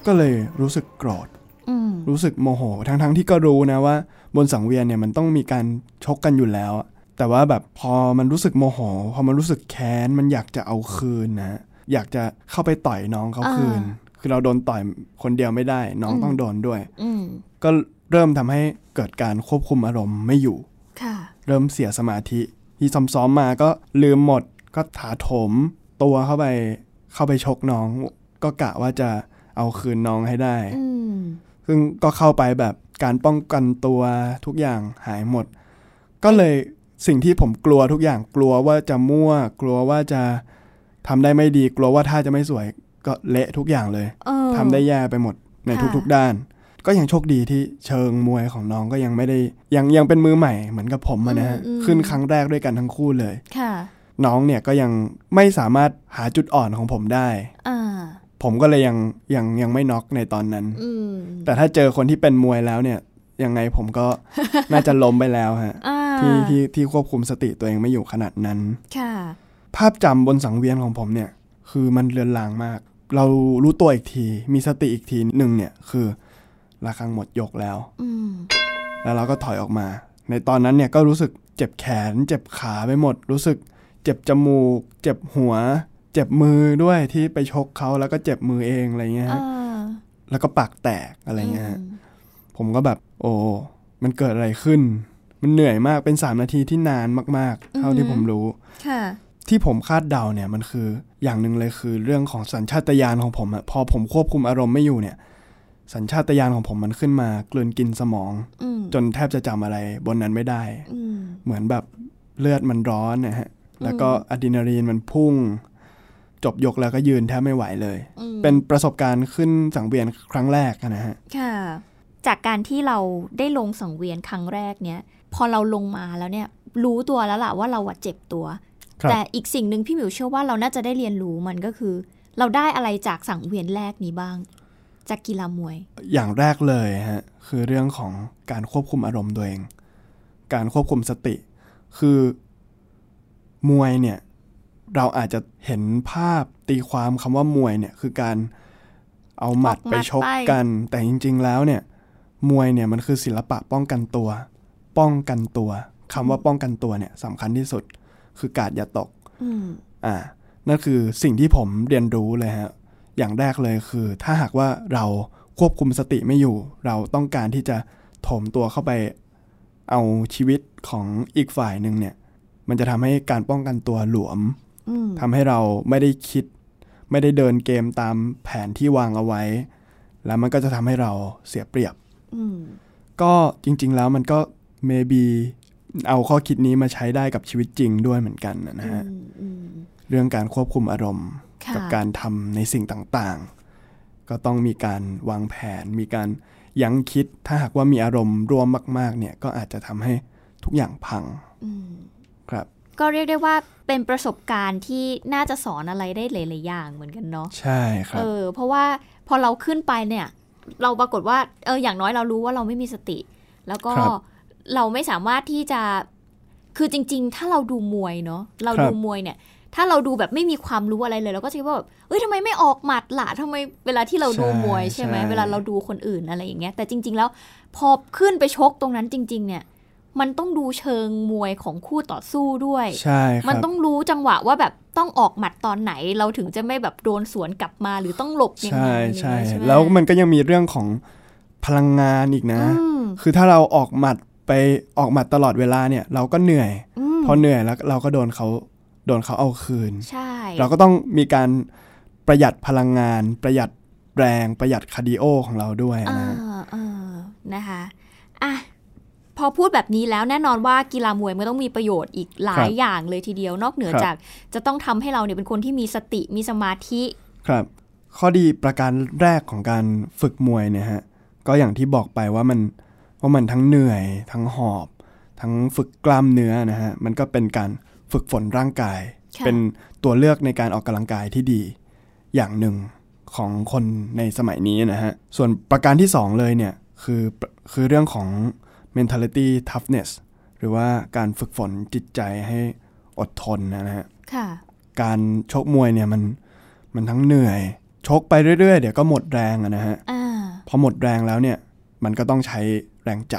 [SPEAKER 2] ก็เลยรู้สึกโกรธ
[SPEAKER 3] อืม
[SPEAKER 2] รู้สึกโมโห ทั้งๆทที่ก็รู้นะว่า บนสังเวียนเนี่ยมันต้องมีการชกกันอยู่แล้วอะแต่ว่าแบบพอมันรู้สึกโมโห พอมันรู้สึกแค้น มันอยากจะเอาคืนนะ อยากจะเข้าไปต่อยน้องเขา
[SPEAKER 3] อ่า
[SPEAKER 2] คืน คือเราโดนต่อยคนเดียวไม่ได้ น้อง
[SPEAKER 3] อืม
[SPEAKER 2] ต้องโดนด้วย
[SPEAKER 3] อืม
[SPEAKER 2] ก็เริ่มทำให้เกิดการควบคุมอารมณ์ไม่อยู่
[SPEAKER 3] ค่ะ
[SPEAKER 2] เริ่มเสียสมาธิที่ซ้อมๆมาก็ลืมหมดก็ถาโถมตัวเข้าไปเข้าไปชกน้อง ก็กะว่าจะเอาคืนน้องให้ได้
[SPEAKER 3] อืม
[SPEAKER 2] ซึ่งก็เข้าไปแบบการป้องกันตัวทุกอย่างหายหมด ก็เลยสิ่งที่ผมกลัวทุกอย่างกลัวว่าจะมั่ว กลัวว่าจะทำได้ไม่ดี กลัวว่าถ้าจะไม่สวยก็เละทุกอย่างเลย
[SPEAKER 3] เออ
[SPEAKER 2] ทำได้แย่ไปหมดใน
[SPEAKER 3] ค่ะ
[SPEAKER 2] ทุกๆด้าน ก็ยังโชคดีที่เชิงมวยของน้องก็ยังไม่ได้ยังยังเป็นมือใหม่เหมือนกับผมอะนะฮะขึ้นครั้งแรกด้วยกันทั้งคู่เลย
[SPEAKER 3] ค่ะ
[SPEAKER 2] น้องเนี่ยก็ยังไม่สามารถหาจุดอ่อนของผมได้
[SPEAKER 3] อ่า
[SPEAKER 2] ผมก็เลยยังยังยังไม่น็อกในตอนนั้น
[SPEAKER 3] อืม
[SPEAKER 2] แต่ถ้าเจอคนที่เป็นมวยแล้วเนี่ย ยังไงผม ก็ น่าจะล้มไปแล้วฮะ
[SPEAKER 3] อ่า
[SPEAKER 2] ที่ที่ที่ควบคุมสติตัวเองไม่อยู่ขนาดนั้น
[SPEAKER 3] ค่ะ
[SPEAKER 2] ภาพจำบนสังเวียนของผมเนี่ย คือมันเลือนลางมาก เรารู้ตัวอีกที มีสติอีกทีหนึ่งเนี่ยคือระฆังหมดยกแล้ว
[SPEAKER 3] อืม
[SPEAKER 2] แล้วเราก็ถอยออกมา ในตอนนั้นเนี่ยก็รู้สึกเจ็บแขน เจ็บขาไปหมด รู้สึกเจ็บจมูก เจ็บหัว เจ็บมือด้วยที่ไปชกเขาแล้วก็เจ็บมือเองอะไรเงี้ย
[SPEAKER 3] อ่า
[SPEAKER 2] ฮะแล้วก็ปากแตกอะไรเงี้ยฮะ
[SPEAKER 3] ม
[SPEAKER 2] ผมก็แบบ โอ้ มันเกิดอะไรขึ้น มันเหนื่อยมาก เป็น 3 นาทีที่นานมาก ๆ เท่าที่ผมรู้
[SPEAKER 3] ค่ะ
[SPEAKER 2] ที่ผมคาดเดาเนี่ยมันคืออย่างหนึ่งเลยคือเรื่องของสัญชาตญาณของผมอะพอผมควบคุมอารมณ์ไม่อยู่เนี่ย สัญชาตญาณของผมมันขึ้นมากลืนกินสมอง
[SPEAKER 3] อืม
[SPEAKER 2] จนแทบจะจำอะไรบนนั้นไม่ได้
[SPEAKER 3] อืม
[SPEAKER 2] เหมือนแบบเลือดมันร้อนนะฮะ แล้วก็อะดรีนาลีนมันพุ่ง จบยกแล้วก็ยืนแทบไม่ไหวเลย
[SPEAKER 3] อืม
[SPEAKER 2] เป็นประสบการณ์ขึ้นสังเวียนครั้งแรกอะนะฮะ
[SPEAKER 3] ค่ะ จากการที่เราได้ลงสังเวียนครั้งแรกเนี่ย พอเราลงมาแล้วเนี่ย รู้ตัวแล้วล่ะว่าเราอะเจ็บตัว
[SPEAKER 4] ครับ
[SPEAKER 3] แต่อีกสิ่งหนึ่งพี่หมิวเชื่อว่าเราน่าจะได้เรียนรู้มันก็คือ เราได้อะไรจากสังเวียนแรกนี้บ้าง จากกีฬามวย
[SPEAKER 2] อย่างแรกเลยฮะคือเรื่องของการควบคุมอารมณ์ตัวเอง การควบคุมสติ คือมวยเนี่ยเราอาจจะเห็นภาพตีความคำว่ามวยเนี่ยคือการเอาหมัด
[SPEAKER 3] ออกหมั
[SPEAKER 2] ไป
[SPEAKER 3] ด
[SPEAKER 2] ชก
[SPEAKER 3] ไป
[SPEAKER 2] กัน แต่จริง ๆ แล้วเนี่ยมวยเนี่ยมันคือศิลปะป้องกันตัว ป้องกันตัวคำว่าป้องกันตัวเนี่ยสำคัญที่สุด คือกาดอย่าตก
[SPEAKER 3] อืม
[SPEAKER 2] อ่า นั่นคือสิ่งที่ผมเรียนรู้เลยฮะ อย่างแรกเลยคือ ถ้าหากว่าเราควบคุมสติไม่อยู่ เราต้องการที่จะโถมตัวเข้าไปเอาชีวิตของอีกฝ่ายหนึ่งเนี่ย มันจะทำให้การป้องกันตัวหลวม
[SPEAKER 3] อืม
[SPEAKER 2] ทำให้เราไม่ได้คิด ไม่ได้เดินเกมตามแผนที่วางเอาไว้ แล้วมันก็จะทำให้เราเสียเปรียบ
[SPEAKER 3] อืม
[SPEAKER 2] ก็จริง ๆ แล้วมันก็ maybe เอาข้อคิดนี้มาใช้ได้กับชีวิตจริงด้วยเหมือนกันนะฮะ
[SPEAKER 3] อืมอืม
[SPEAKER 2] เรื่องการควบคุมอารมณ์
[SPEAKER 3] ค่ะ
[SPEAKER 2] กัการทำในสิ่งต่างๆ ก็ต้องมีการวางแผน มีการยั้งคิดถ้าหากว่ามีอารมณ์ร่วมมาก ๆ เนี่ยก็อาจจะทำให้ทุกอย่างพังครับ
[SPEAKER 3] ก็เรียกได้ว่าเป็นประสบการณ์ที่น่าจะสอนอะไรได้หลาย ๆ อย่างเหมือนกันเนาะ
[SPEAKER 2] ใช่ครั
[SPEAKER 3] เอบ อ เพราะว่าพอเราขึ้นไปเนี่ย เราปรากฏว่า เออ อย่างน้อยเรารู้ว่าเราไม่มีสติ แล้วก็
[SPEAKER 2] ครับ
[SPEAKER 3] เราไม่สามารถที่จะ คือจริง ๆ ถ้าเราดูมวยเนาะ เรา
[SPEAKER 2] ครับ
[SPEAKER 3] ดูมวยเนี่ย ถ้าเราดูแบบไม่มีความรู้อะไรเลย เราก็จะคิดว่าแบบ เอ้ยทำไมไม่ออกหมัดล่ะทำไมเวลาที่เราดูมวยใช่ไหม เวลาเราดูคนอื่นอะไรอย่างเงี้ย แต่จริง ๆ แล้วพอขึ้นไปชกตรงนั้นจริง ๆ เนี่ย มันต้องดูเชิงมวยของคู่ต่อสู้ด้วย
[SPEAKER 2] ใช่ค
[SPEAKER 3] มัน
[SPEAKER 2] รับ
[SPEAKER 3] ต้องรู้จังหวะว่าแบบต้องออกหมัดตอนไหน เราถึงจะไม่แบบโดนสวนกลับมาหรือต้องหลบยังไง
[SPEAKER 2] ใช่
[SPEAKER 3] อะ
[SPEAKER 2] ใช่
[SPEAKER 3] ไรอย่างเงี้ยใช่ไหม
[SPEAKER 2] แล้วมันก็ยังมีเรื่องของพลังงานอีกนะ
[SPEAKER 3] อืม
[SPEAKER 2] คือถ้าเราออกหมัดไปออกหมัดตลอดเวลาเนี่ยเราก็เหนื่อย
[SPEAKER 3] อืม
[SPEAKER 2] พอเหนื่อยแล้วเราก็โดนเขาโดนเขาเอาคืน
[SPEAKER 3] ใช่
[SPEAKER 2] เราก็ต้องมีการประหยัดพลังงาน ประหยัดแรงประหยัดคาร์ดิโอของเราด้วย
[SPEAKER 3] อ่า
[SPEAKER 2] นะฮะ
[SPEAKER 3] อ่านะคะอ่ะพอพูดแบบนี้แล้วแน่นอนว่ากีฬามวยมันต้องมีประโยชน์อีกหลายอย่างเลยทีเดียวนอกเหนือจากจะต้องทำให้เราเนี่ยเป็นคนที่มีสติมีสมาธิ
[SPEAKER 2] ครับ ข้อดีประการแรกของการฝึกมวยเนี่ยฮะก็อย่างที่บอกไปว่ามันว่ามันทั้งเหนื่อย ทั้งหอบ ทั้งฝึกกล้ามเนื้อนะฮะมันก็เป็นการฝึกฝนร่างกาย
[SPEAKER 3] ค่ะ
[SPEAKER 2] เป็นตัวเลือกในการออกกำลังกายที่ดี อย่างหนึ่งของคนในสมัยนี้นะฮะ ส่วนประการที่สองเลยเนี่ยคือคือเรื่องของ mentality toughness หรือว่าการฝึกฝนจิตใจให้อดทนนะฮะ
[SPEAKER 3] ค่ะ
[SPEAKER 2] การชกมวยเนี่ยมันมันทั้งเหนื่อย ชกไปเรื่อยๆ เดี๋ยวก็หมดแรงอะนะฮะ
[SPEAKER 3] อ่า
[SPEAKER 2] พอหมดแรงแล้วเนี่ยมันก็ต้องใช้แรงใจ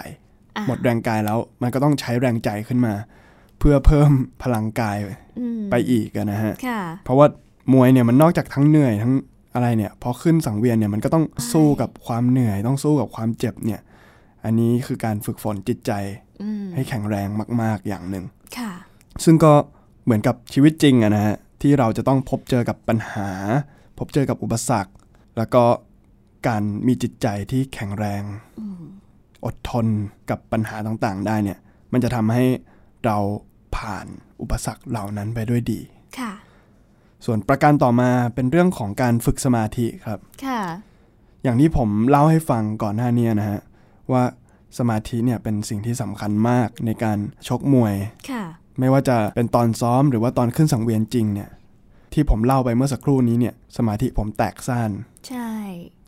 [SPEAKER 3] อ่ะ
[SPEAKER 2] หมดแรงกายแล้วมันก็ต้องใช้แรงใจขึ้นมา เพื่อเพิ่มพลังกาย
[SPEAKER 3] อืม
[SPEAKER 2] ไปอีกอะนะฮะ
[SPEAKER 3] ค่ะ
[SPEAKER 2] เพราะว่ามวยเนี่ยมันนอกจากทั้งเหนื่อยทั้งอะไรเนี่ยพอขึ้นสังเวียนเนี่ยมันก็ต้องสู้กับความเหนื่อย ต้องสู้กับความเจ็บเนี่ย อันนี้คือการฝึกฝนจิตใจ
[SPEAKER 3] อืม
[SPEAKER 2] ให้แข็งแรงมาก ๆอย่างหนึ่ง
[SPEAKER 3] ค่ะ
[SPEAKER 2] ซึ่งก็เหมือนกับชีวิตจริงอะนะฮะที่เราจะต้องพบเจอกับปัญหา พบเจอกับอุปสรรค แล้วก็การมีจิตใจที่แข็งแรง อดทนกับปัญหาต่างๆ ได้เนี่ย มันจะทำให้เราผ่านอุปสรรคเหล่านั้นไปด้วยดี
[SPEAKER 3] ค่ะ
[SPEAKER 2] ส่วนประการต่อมาเป็นเรื่องของการฝึกสมาธิครับ
[SPEAKER 3] ค่ะ
[SPEAKER 2] อย่างที่ผมเล่าให้ฟังก่อนหน้าเนี้นะฮะว่าสมาธิเนี่ยเป็นสิ่งที่สำคัญมากในการชกมวย
[SPEAKER 3] ค่ะ
[SPEAKER 2] ไม่ว่าจะเป็นตอนซ้อมหรือว่าตอนขึ้นสังเวียนจริงเนี่ยที่ผมเล่าไปเมื่อสักครู่นี้เนี่ยสมาธิผมแตกซ่าน
[SPEAKER 3] ใช่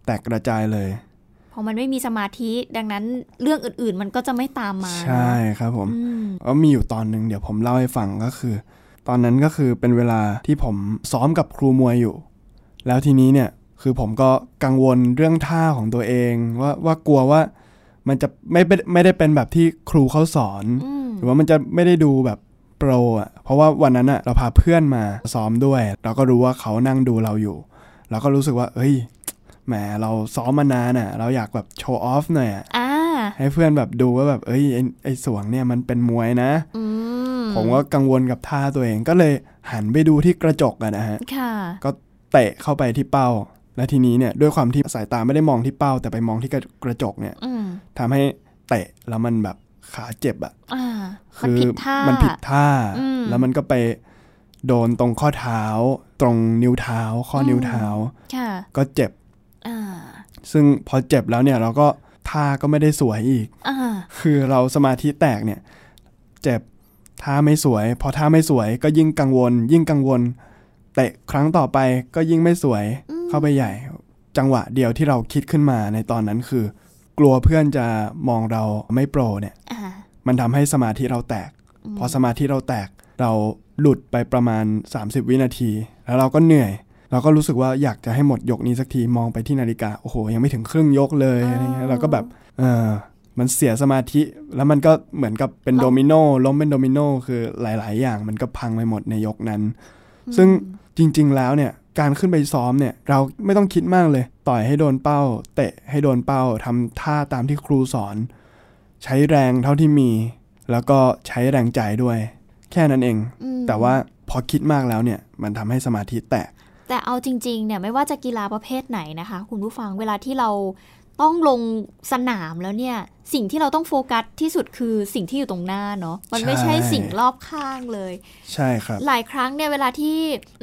[SPEAKER 2] แตกกระจายเลย
[SPEAKER 3] พอมันไม่มีสมาธิดังนั้นเรื่องอื่นๆ มันก็จะไม่ตามมา
[SPEAKER 2] ใช่
[SPEAKER 3] เนอะ
[SPEAKER 2] ครับผม
[SPEAKER 3] อืม
[SPEAKER 2] ก็มีอยู่ตอนหนึ่งเดี๋ยวผมเล่าให้ฟังก็คือ ตอนนั้นก็คือเป็นเวลาที่ผมซ้อมกับครูมวยอยู่ แล้วทีนี้เนี่ยคือผมก็กังวลเรื่องท่าของตัวเองว่าว่ากลัวว่ามันจะไม่เป็นไม่ได้เป็นแบบที่ครูเขาสอน
[SPEAKER 3] อืม
[SPEAKER 2] หรือว่ามันจะไม่ได้ดูแบบโปรอ่ะ เพราะว่าวันนั้นอ่ะเราพาเพื่อนมาซ้อมด้วย เราก็รู้ว่าเขานั่งดูเราอยู่ เราก็รู้สึกว่าเอ้ยแหมเราซ้อมมานานอ่ะ เราอยากแบบโชว์ออฟหน่อยอะ
[SPEAKER 3] อ่า
[SPEAKER 2] ให้เพื่อนแบบดูว่าแบบเอ้ยไอ้ไอ้สวงเนี่ยมันเป็นมวยนะ
[SPEAKER 3] อืม
[SPEAKER 2] ผมก็กังวลกับท่าตัวเองก็เลยหันไปดูที่กระจกอะนะฮะ
[SPEAKER 3] ค่ะ
[SPEAKER 2] ก็เตะเข้าไปที่เป้า และทีนี้เนี่ยด้วยความที่สายตาไม่ได้มองที่เป้า แต่ไปมองที่กระจกเนี่ย
[SPEAKER 3] อืม
[SPEAKER 2] ทำให้เตะแล้วมันแบบขาเจ็บอะ
[SPEAKER 3] อ่ามัน
[SPEAKER 2] คือ
[SPEAKER 3] ผิดท่า
[SPEAKER 2] นผิดท่า
[SPEAKER 3] อืม
[SPEAKER 2] แล้วมันก็ไปโดนตรงข้อเท้า ตรงนิ้วเท้า ข้อนิ้วเท้า
[SPEAKER 3] ค่ะ
[SPEAKER 2] ก็เจ็บ
[SPEAKER 3] อ่า
[SPEAKER 2] ซึ่งพอเจ็บแล้วเนี่ยเราก็ ท่าก็ไม่ได้สวยอีก
[SPEAKER 3] อ่า
[SPEAKER 2] คือเราสมาธิแตกเนี่ย เจ็บท่าไม่สวย พอท่าไม่สวยก็ยิ่งกังวล ยิ่งกังวลเตะครั้งต่อไปก็ยิ่งไม่สวยเข้าไปใหญ่ จังหวะเดียวที่เราคิดขึ้นมาในตอนนั้นคือ กลัวเพื่อนจะมองเราไม่โปรเนี่ย
[SPEAKER 3] อ่า
[SPEAKER 2] มันทำให้สมาธิเราแตก พอสมาธิเราแตก เราหลุดไปประมาณ 30 วินาที แล้วเราก็เหนื่อย เราก็รู้สึกว่าอยากจะให้หมดยกนี้สักทีมองไปที่นาฬิกา โอ้โห ยังไม่ถึงครึ่งยกเลยอะไรเงี้ยเราก็แบบเออมันเสียสมาธิ แล้วมันก็เหมือนกับเป็นโดมิโนล้มเป็นโดมิโนคือหลาย ๆ อย่างมันก็พังไปหมดในยกนั้น ซึ่งจริง ๆ แล้วเนี่ยการขึ้นไปซ้อมเนี่ยเราไม่ต้องคิดมากเลย ต่อยให้โดนเป้า เตะให้โดนเป้าทำท่าตามที่ครูสอน ใช้แรงเท่าที่มี แล้วก็ใช้แรงใจด้วย แค่นั้นเอง
[SPEAKER 3] อืม
[SPEAKER 2] แต่ว่าพอคิดมากแล้วเนี่ยมันทำให้สมาธิแตก
[SPEAKER 3] แต่เอาจริงๆเนี่ยไม่ว่าจะกีฬาประเภทไหนนะคะ คุณผู้ฟังเวลาที่เราต้องลงสนามแล้วเนี่ย สิ่งที่เราต้องโฟกัสที่สุดคือสิ่งที่อยู่ตรงหน้าเนาะมันไม่ใช่
[SPEAKER 2] ใช่
[SPEAKER 3] สิ่งรอบข้างเลย
[SPEAKER 2] ใช่ครับ
[SPEAKER 3] หลายครั้งเนี่ยเวลาที่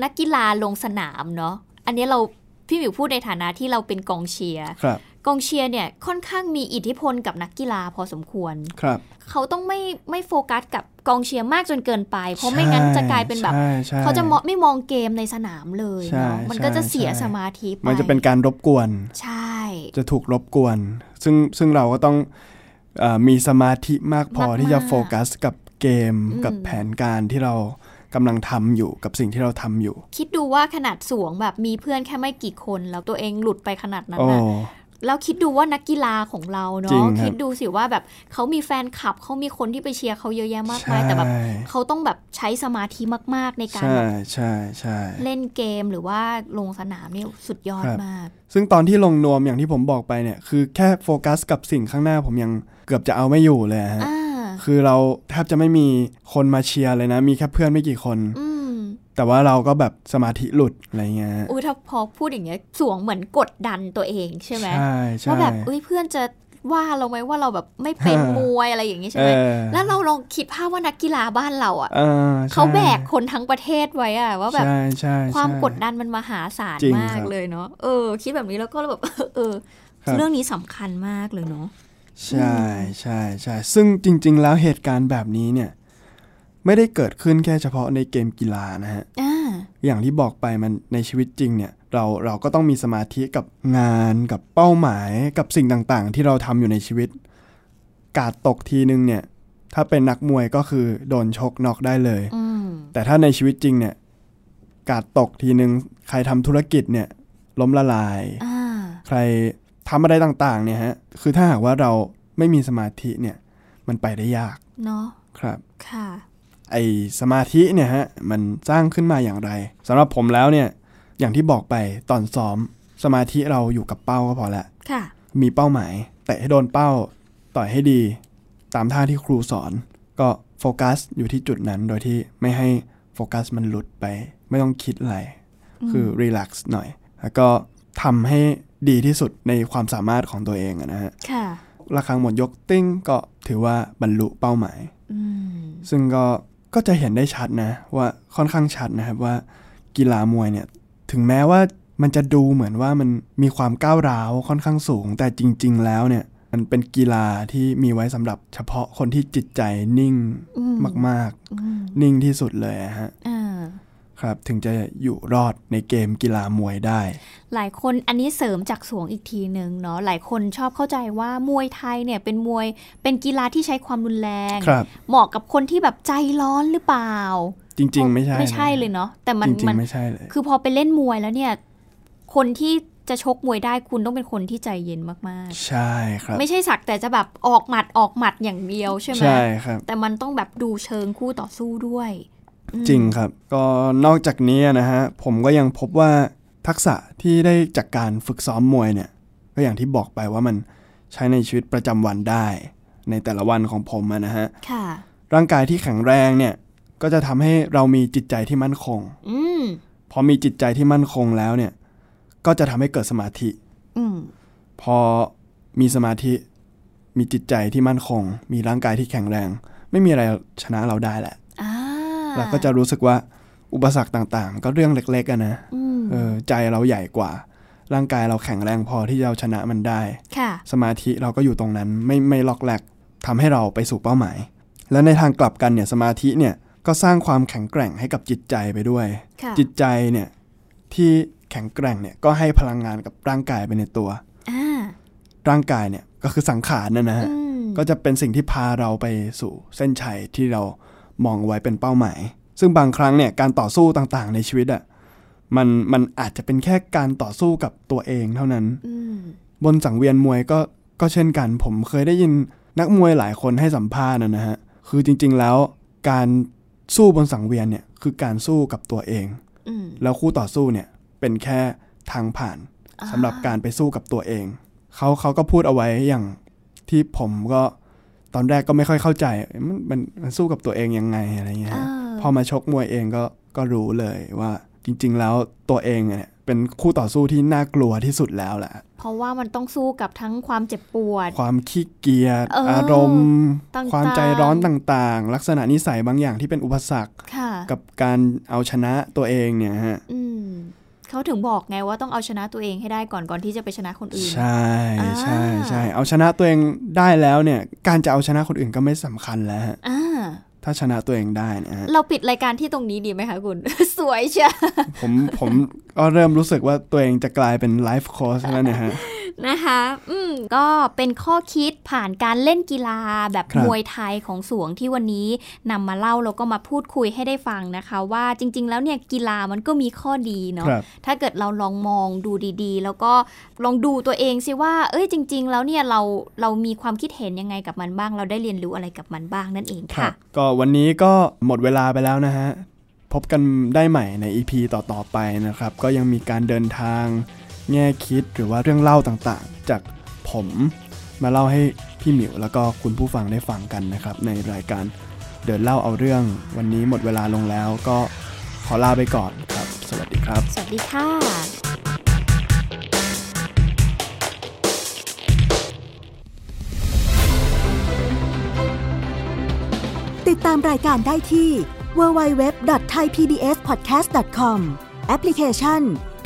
[SPEAKER 3] นักกีฬาลงสนามเนาะอันนี้เราพี่หมิวพูดในฐานะที่เราเป็นกองเชียร์
[SPEAKER 2] ครับ
[SPEAKER 3] กองเชียร์เนี่ยค่อนข้างมีอิทธิพลกับนักกีฬาพอสมควร
[SPEAKER 2] ครับ
[SPEAKER 3] เขาต้องไม่ไม่โฟกัสกับกองเชียร์มากจนเกินไป เพราะไม่งั้นจะกลายเป็นแบบ
[SPEAKER 2] ใช่ใช่
[SPEAKER 3] เขาจะมองไม่มองเกมในสนามเลย
[SPEAKER 2] ใช่
[SPEAKER 3] เนาะมันก็จะ
[SPEAKER 2] ใช่
[SPEAKER 3] เสียสมาธิไป
[SPEAKER 2] มันจะเป็นการรบกวน
[SPEAKER 3] ใช่
[SPEAKER 2] จะถูกรบกวน ซึ่งซึ่งเราก็ต้องเออมีสมาธิมากพอที่จะโฟกัสกับเกมกับแผนการที่เรากำลังทำอยู่กับสิ่งที่เราทำอยู่
[SPEAKER 3] คิดดูว่าขนาดสวงแบบมีเพื่อนแค่ไม่กี่คน แล้วตัวเองหลุดไปขนาดนั้น
[SPEAKER 2] โอ้
[SPEAKER 3] นะแล้วคิดดูว่านักกีฬาของเรา
[SPEAKER 2] จริ
[SPEAKER 3] เนาะ
[SPEAKER 2] งครับ
[SPEAKER 3] คิดดูสิว่าแบบเขามีแฟนคลับเขามีคนที่ไปเชียร์เขาเยอะแยะมากมายแต่แบบเขาต้องแบบใช้สมาธิมาก ๆ ในการ
[SPEAKER 2] ใช่
[SPEAKER 3] แบบ
[SPEAKER 2] ใช่ใช่
[SPEAKER 3] เล่นเกมหรือว่าลงสนามเนี่ยสุดยอด
[SPEAKER 2] ครับ
[SPEAKER 3] มาก
[SPEAKER 2] ซึ่งตอนที่ลงนวมอย่างที่ผมบอกไปเนี่ยคือแค่โฟกัสกับสิ่งข้างหน้าผมยังเกือบจะเอาไม่อยู่เลยฮะ
[SPEAKER 3] อ่า
[SPEAKER 2] คือเราแทบจะไม่มีคนมาเชียร์เลยนะ มีแค่เพื่อนไม่กี่คน
[SPEAKER 3] อืม
[SPEAKER 2] แต่ว่าเราก็แบบสมาธิหลุดอะไรเงี้ย
[SPEAKER 3] อุ้ยถ้าพอพูดอย่างเงี้ยสวงเหมือนกดดันตัวเองใช่ไหม
[SPEAKER 2] ใช่ใช่
[SPEAKER 3] ว่าแบบเอ้ยเพื่อนจะว่าเราไหมว่าเราแบบไม่ เป็นมวยอะไรอย่างนี้ใช่
[SPEAKER 2] เอ
[SPEAKER 3] ไหม
[SPEAKER 2] อ
[SPEAKER 3] แล้วเราลองคิดภาพว่านักกีฬาบ้านเราอ่ะ
[SPEAKER 2] เออใช่
[SPEAKER 3] เขาแบกคนทั้งประเทศไว้อ่ะว่าแบบ
[SPEAKER 2] ใช่ใช่ใช่
[SPEAKER 3] ความกดดันมันมหาศาล
[SPEAKER 2] จริง
[SPEAKER 3] มาก
[SPEAKER 2] ครับ
[SPEAKER 3] เลยเนาะเออ คิดแบบนี้แล้วก็แบบ เออ
[SPEAKER 2] ครับ
[SPEAKER 3] เรื่องนี้สำคัญมากเลยเนาะ
[SPEAKER 2] ใช่ใช่ใช่ซึ่งจริง ๆ แล้วเหตุการณ์แบบนี้เนี่ยไม่ได้เกิดขึ้นแค่เฉพาะในเกมกีฬานะฮะ
[SPEAKER 3] อ่า
[SPEAKER 2] อย่างที่บอกไปมันในชีวิตจริงเนี่ยเราเราก็ต้องมีสมาธิกับงานกับเป้าหมายกับสิ่งต่างๆ ที่เราทำอยู่ในชีวิต กาดตกทีนึงเนี่ย ถ้าเป็นนักมวยก็คือโดนชกน็อกได้เลย
[SPEAKER 3] อืม
[SPEAKER 2] แต่ถ้าในชีวิตจริงเนี่ย กาดตกทีนึง ใครทำธุรกิจเนี่ย ล้มละลาย
[SPEAKER 3] อ่า
[SPEAKER 2] ใครทำอะไรต่างๆเนี่ยฮะคือถ้าหากว่าเราไม่มีสมาธิเนี่ย มันไปได้ยาก
[SPEAKER 3] เนาะ
[SPEAKER 2] ครับ
[SPEAKER 3] ค่ะ
[SPEAKER 2] ไอสมาธิเนี่ยฮะมันสร้างขึ้นมาอย่างไรสำหรับผมแล้วเนี่ยอย่างที่บอกไปตอนซ้อมสมาธิเราอยู่กับเป้าก็พอละ
[SPEAKER 3] ค่ะ
[SPEAKER 2] มีเป้าหมาย แต่ให้โดนเป้าต่อยให้ดี ตามท่าที่ครูสอน ก็โฟกัสอยู่ที่จุดนั้นโดยที่ไม่ให้โฟกัสมันหลุดไป ไม่ต้องคิดอะไร คือรีแลกซ์หน่อย แล้วก็ทำให้ดีที่สุดในความสามารถของตัวเองอะนะฮะ
[SPEAKER 3] ค่ะ
[SPEAKER 2] ระครังหมดยกติ้งก็ถือว่าบรรลุเป้าหมาย
[SPEAKER 3] อืม
[SPEAKER 2] ซึ่งก็ก็จะเห็นได้ชัดนะ ว่าค่อนข้างชัดนะครับว่ากีฬามวยเนี่ยถึงแม้ว่ามันจะดูเหมือนว่ามันมีความก้าวร้าวค่อนข้างสูง แต่จริง ๆ แล้วเนี่ยมันเป็นกีฬาที่มีไว้สำหรับเฉพาะคนที่จิตใจนิ่ง
[SPEAKER 3] อืม
[SPEAKER 2] มาก
[SPEAKER 3] อืม
[SPEAKER 2] ๆ นิ่งที่สุดเลยอะฮะ
[SPEAKER 3] อ่า
[SPEAKER 2] ครับถึงจะอยู่รอดในเกมกีฬามวยได้
[SPEAKER 3] หลายคนอันนี้เสริมจากสวงอีกทีหนึ่งเนาะหลายคนชอบเข้าใจว่ามวยไทยเนี่ยเป็นมวยเป็นกีฬาที่ใช้ความรุนแรง
[SPEAKER 2] ครับ
[SPEAKER 3] เหมาะกับคนที่แบบใจร้อนหรือเปล่า
[SPEAKER 2] จริง ๆ ไม่ใช่
[SPEAKER 3] ไม่ใช่เลยเนาะแต่มัน
[SPEAKER 2] จริ
[SPEAKER 3] มั
[SPEAKER 2] ง
[SPEAKER 3] น
[SPEAKER 2] ๆไม่ใช่เลย
[SPEAKER 3] คือพอไปเล่นมวยแล้วเนี่ย คนที่จะชกมวยได้คุณต้องเป็นคนที่ใจเย็นมาก
[SPEAKER 2] ใช่ครับ
[SPEAKER 3] ๆ ไม่ใช่สักแต่จะแบบออกหมัดออกหมัดอย่างเดียวใช่ไหม
[SPEAKER 2] ใช่ครับ
[SPEAKER 3] แต่มันต้องแบบดูเชิงคู่ต่อสู้ด้วยอืม
[SPEAKER 2] จริงครับ ก็นอกจากนี้นะฮะ ผมก็ยังพบว่าทักษะที่ได้จากการฝึกซ้อมมวยเนี่ย ก็อย่างที่บอกไปว่ามันใช้ในชีวิตประจำวันได้ ในแต่ละวันของผมอะนะฮะ
[SPEAKER 3] ค่ะ
[SPEAKER 2] ร่างกายที่แข็งแรงเนี่ย ก็จะทำให้เรามีจิตใจที่มั่นคง
[SPEAKER 3] อืม
[SPEAKER 2] พอมีจิตใจที่มั่นคงแล้วเนี่ย ก็จะทำให้เกิดสมาธิ
[SPEAKER 3] อืม
[SPEAKER 2] พอมีสมาธิ มีจิตใจที่มั่นคง มีร่างกายที่แข็งแรง ไม่มีอะไรชนะเราได้แหละ
[SPEAKER 3] อ่า
[SPEAKER 2] เราก็จะรู้สึกว่าอุปสรรคต่างๆ ก็เรื่องเล็กๆอะนะ
[SPEAKER 3] อืม
[SPEAKER 2] เออใจเราใหญ่กว่า ร่างกายเราแข็งแรงพอที่จะเอาชนะมันได้
[SPEAKER 3] ค่ะ
[SPEAKER 2] สมาธิเราก็อยู่ตรงนั้นไม่ไม่ล็อกแลกทำให้เราไปสู่เป้าหมาย และในทางกลับกันเนี่ยสมาธิเนี่ยก็สร้างความแข็งแกร่งให้กับจิตใจไปด้วย
[SPEAKER 3] ค่ะ
[SPEAKER 2] จิตใจเนี่ยที่แข็งแกร่งเนี่ยก็ให้พลังงานกับร่างกายไปในตัว
[SPEAKER 3] อ่า
[SPEAKER 2] ร่างกายเนี่ยก็คือสังขารนะนะฮะ
[SPEAKER 3] อืม
[SPEAKER 2] ก็จะเป็นสิ่งที่พาเราไปสู่เส้นชัยที่เรามองไว้เป็นเป้าหมาย ซึ่งบางครั้งเนี่ยการต่อสู้ต่างๆ ในชีวิตอะ่ะมันมันอาจจะเป็นแค่การต่อสู้กับตัวเองเท่านั้น
[SPEAKER 3] อืม
[SPEAKER 2] บนสังเวียนมวยก็ก็เช่นกัน ผมเคยได้ยินนักมวยหลายคนให้สัมภาษณ์นะนะฮะคือจริงๆแล้วการสู้บนสังเวียนเนี่ยคือการสู้กับตัวเอง
[SPEAKER 3] อืม
[SPEAKER 2] แล้วคู่ต่อสู้เนี่ยเป็นแค่ทางผ่าน
[SPEAKER 3] อ่า
[SPEAKER 2] สำหรับการไปสู้กับตัวเอง เขาเขาก็พูดเอาไว้อย่างที่ผมก็ตอนแรกก็ไม่ค่อยเข้าใจเอ๊ะมันมันมันสู้กับตัวเองยังไงอะไรเงี้ย
[SPEAKER 3] เอ
[SPEAKER 2] ฮะ
[SPEAKER 3] อ
[SPEAKER 2] พอมาชกมวยเองก็ก็รู้เลยว่าจริง ๆ แล้วตัวเองเนี่ยเป็นคู่ต่อสู้ที่น่ากลัวที่สุดแล้วแหละ
[SPEAKER 3] เพราะว่ามันต้องสู้กับทั้งความเจ็บปวด
[SPEAKER 2] ความขี้เกียจ
[SPEAKER 3] เอออ
[SPEAKER 2] อารมณ์
[SPEAKER 3] ต่างๆ
[SPEAKER 2] ความใจร้อนต่างๆ ลักษณะนิสัยบางอย่างที่เป็นอุปสรรค
[SPEAKER 3] ค่ะ
[SPEAKER 2] กับการเอาชนะตัวเองเนี่ยฮะ
[SPEAKER 3] อืมเขาถึงบอกไงว่าต้องเอาชนะตัวเองให้ได้ก่อนก่อนที่จะไปชนะคนอื่น
[SPEAKER 2] ใช่ใช่
[SPEAKER 3] อ่า
[SPEAKER 2] ใช่เอาชนะตัวเองได้แล้วเนี่ยการจะเอาชนะคนอื่นก็ไม่สำคัญแล้วฮะ
[SPEAKER 3] อ่า
[SPEAKER 2] ถ้าชนะตัวเองได้นะฮะ
[SPEAKER 3] เราปิดรายการที่ตรงนี้ดีไหมคะคุณ สวยเชียว
[SPEAKER 2] ผมผมก็เริ่มรู้สึกว่าตัวเองจะกลายเป็นไลฟ์โค้ชแล้วเนี่ยฮะ
[SPEAKER 3] นะคะ อืมก็เป็นข้อคิดผ่านการเล่นกีฬาแบบ
[SPEAKER 2] ครับ
[SPEAKER 3] มวยไทยของสวงที่วันนี้นำมาเล่าแล้วก็มาพูดคุยให้ได้ฟังนะคะ ว่าจริง ๆ แล้วเนี่ยกีฬามันก็มีข้อดีเนาะ
[SPEAKER 2] ครับ
[SPEAKER 3] ถ้าเกิดเราลองมองดูดีๆ แล้วก็ลองดูตัวเองสิว่า เอ้ยจริง ๆ แล้วเนี่ยเราเรามีความคิดเห็นยังไงกับมันบ้าง เราได้เรียนรู้อะไรกับมันบ้างนั่นเองค่ะ
[SPEAKER 2] ก็วันนี้ก็หมดเวลาไปแล้วนะฮะ พบกันได้ใหม่ใน EP ต่อ ๆ ไปนะครับ ก็ยังมีการเดินทาง แง่คิดหรือว่าเรื่องเล่าต่างๆ จากผมมาเล่าให้พี่หมิวแล้วก็คุณผู้ฟังได้ฟังกันนะครับ ในรายการเดินเล่าเอาเรื่อง วันนี้หมดเวลาลงแล้ว ก็ขอลาไปก่อนครับ สวัสดีครับ
[SPEAKER 3] สวัสดีค่ะ
[SPEAKER 4] ติดตามรายการได้ที่ www.thaipbspodcast.com แอปพลิเคชัน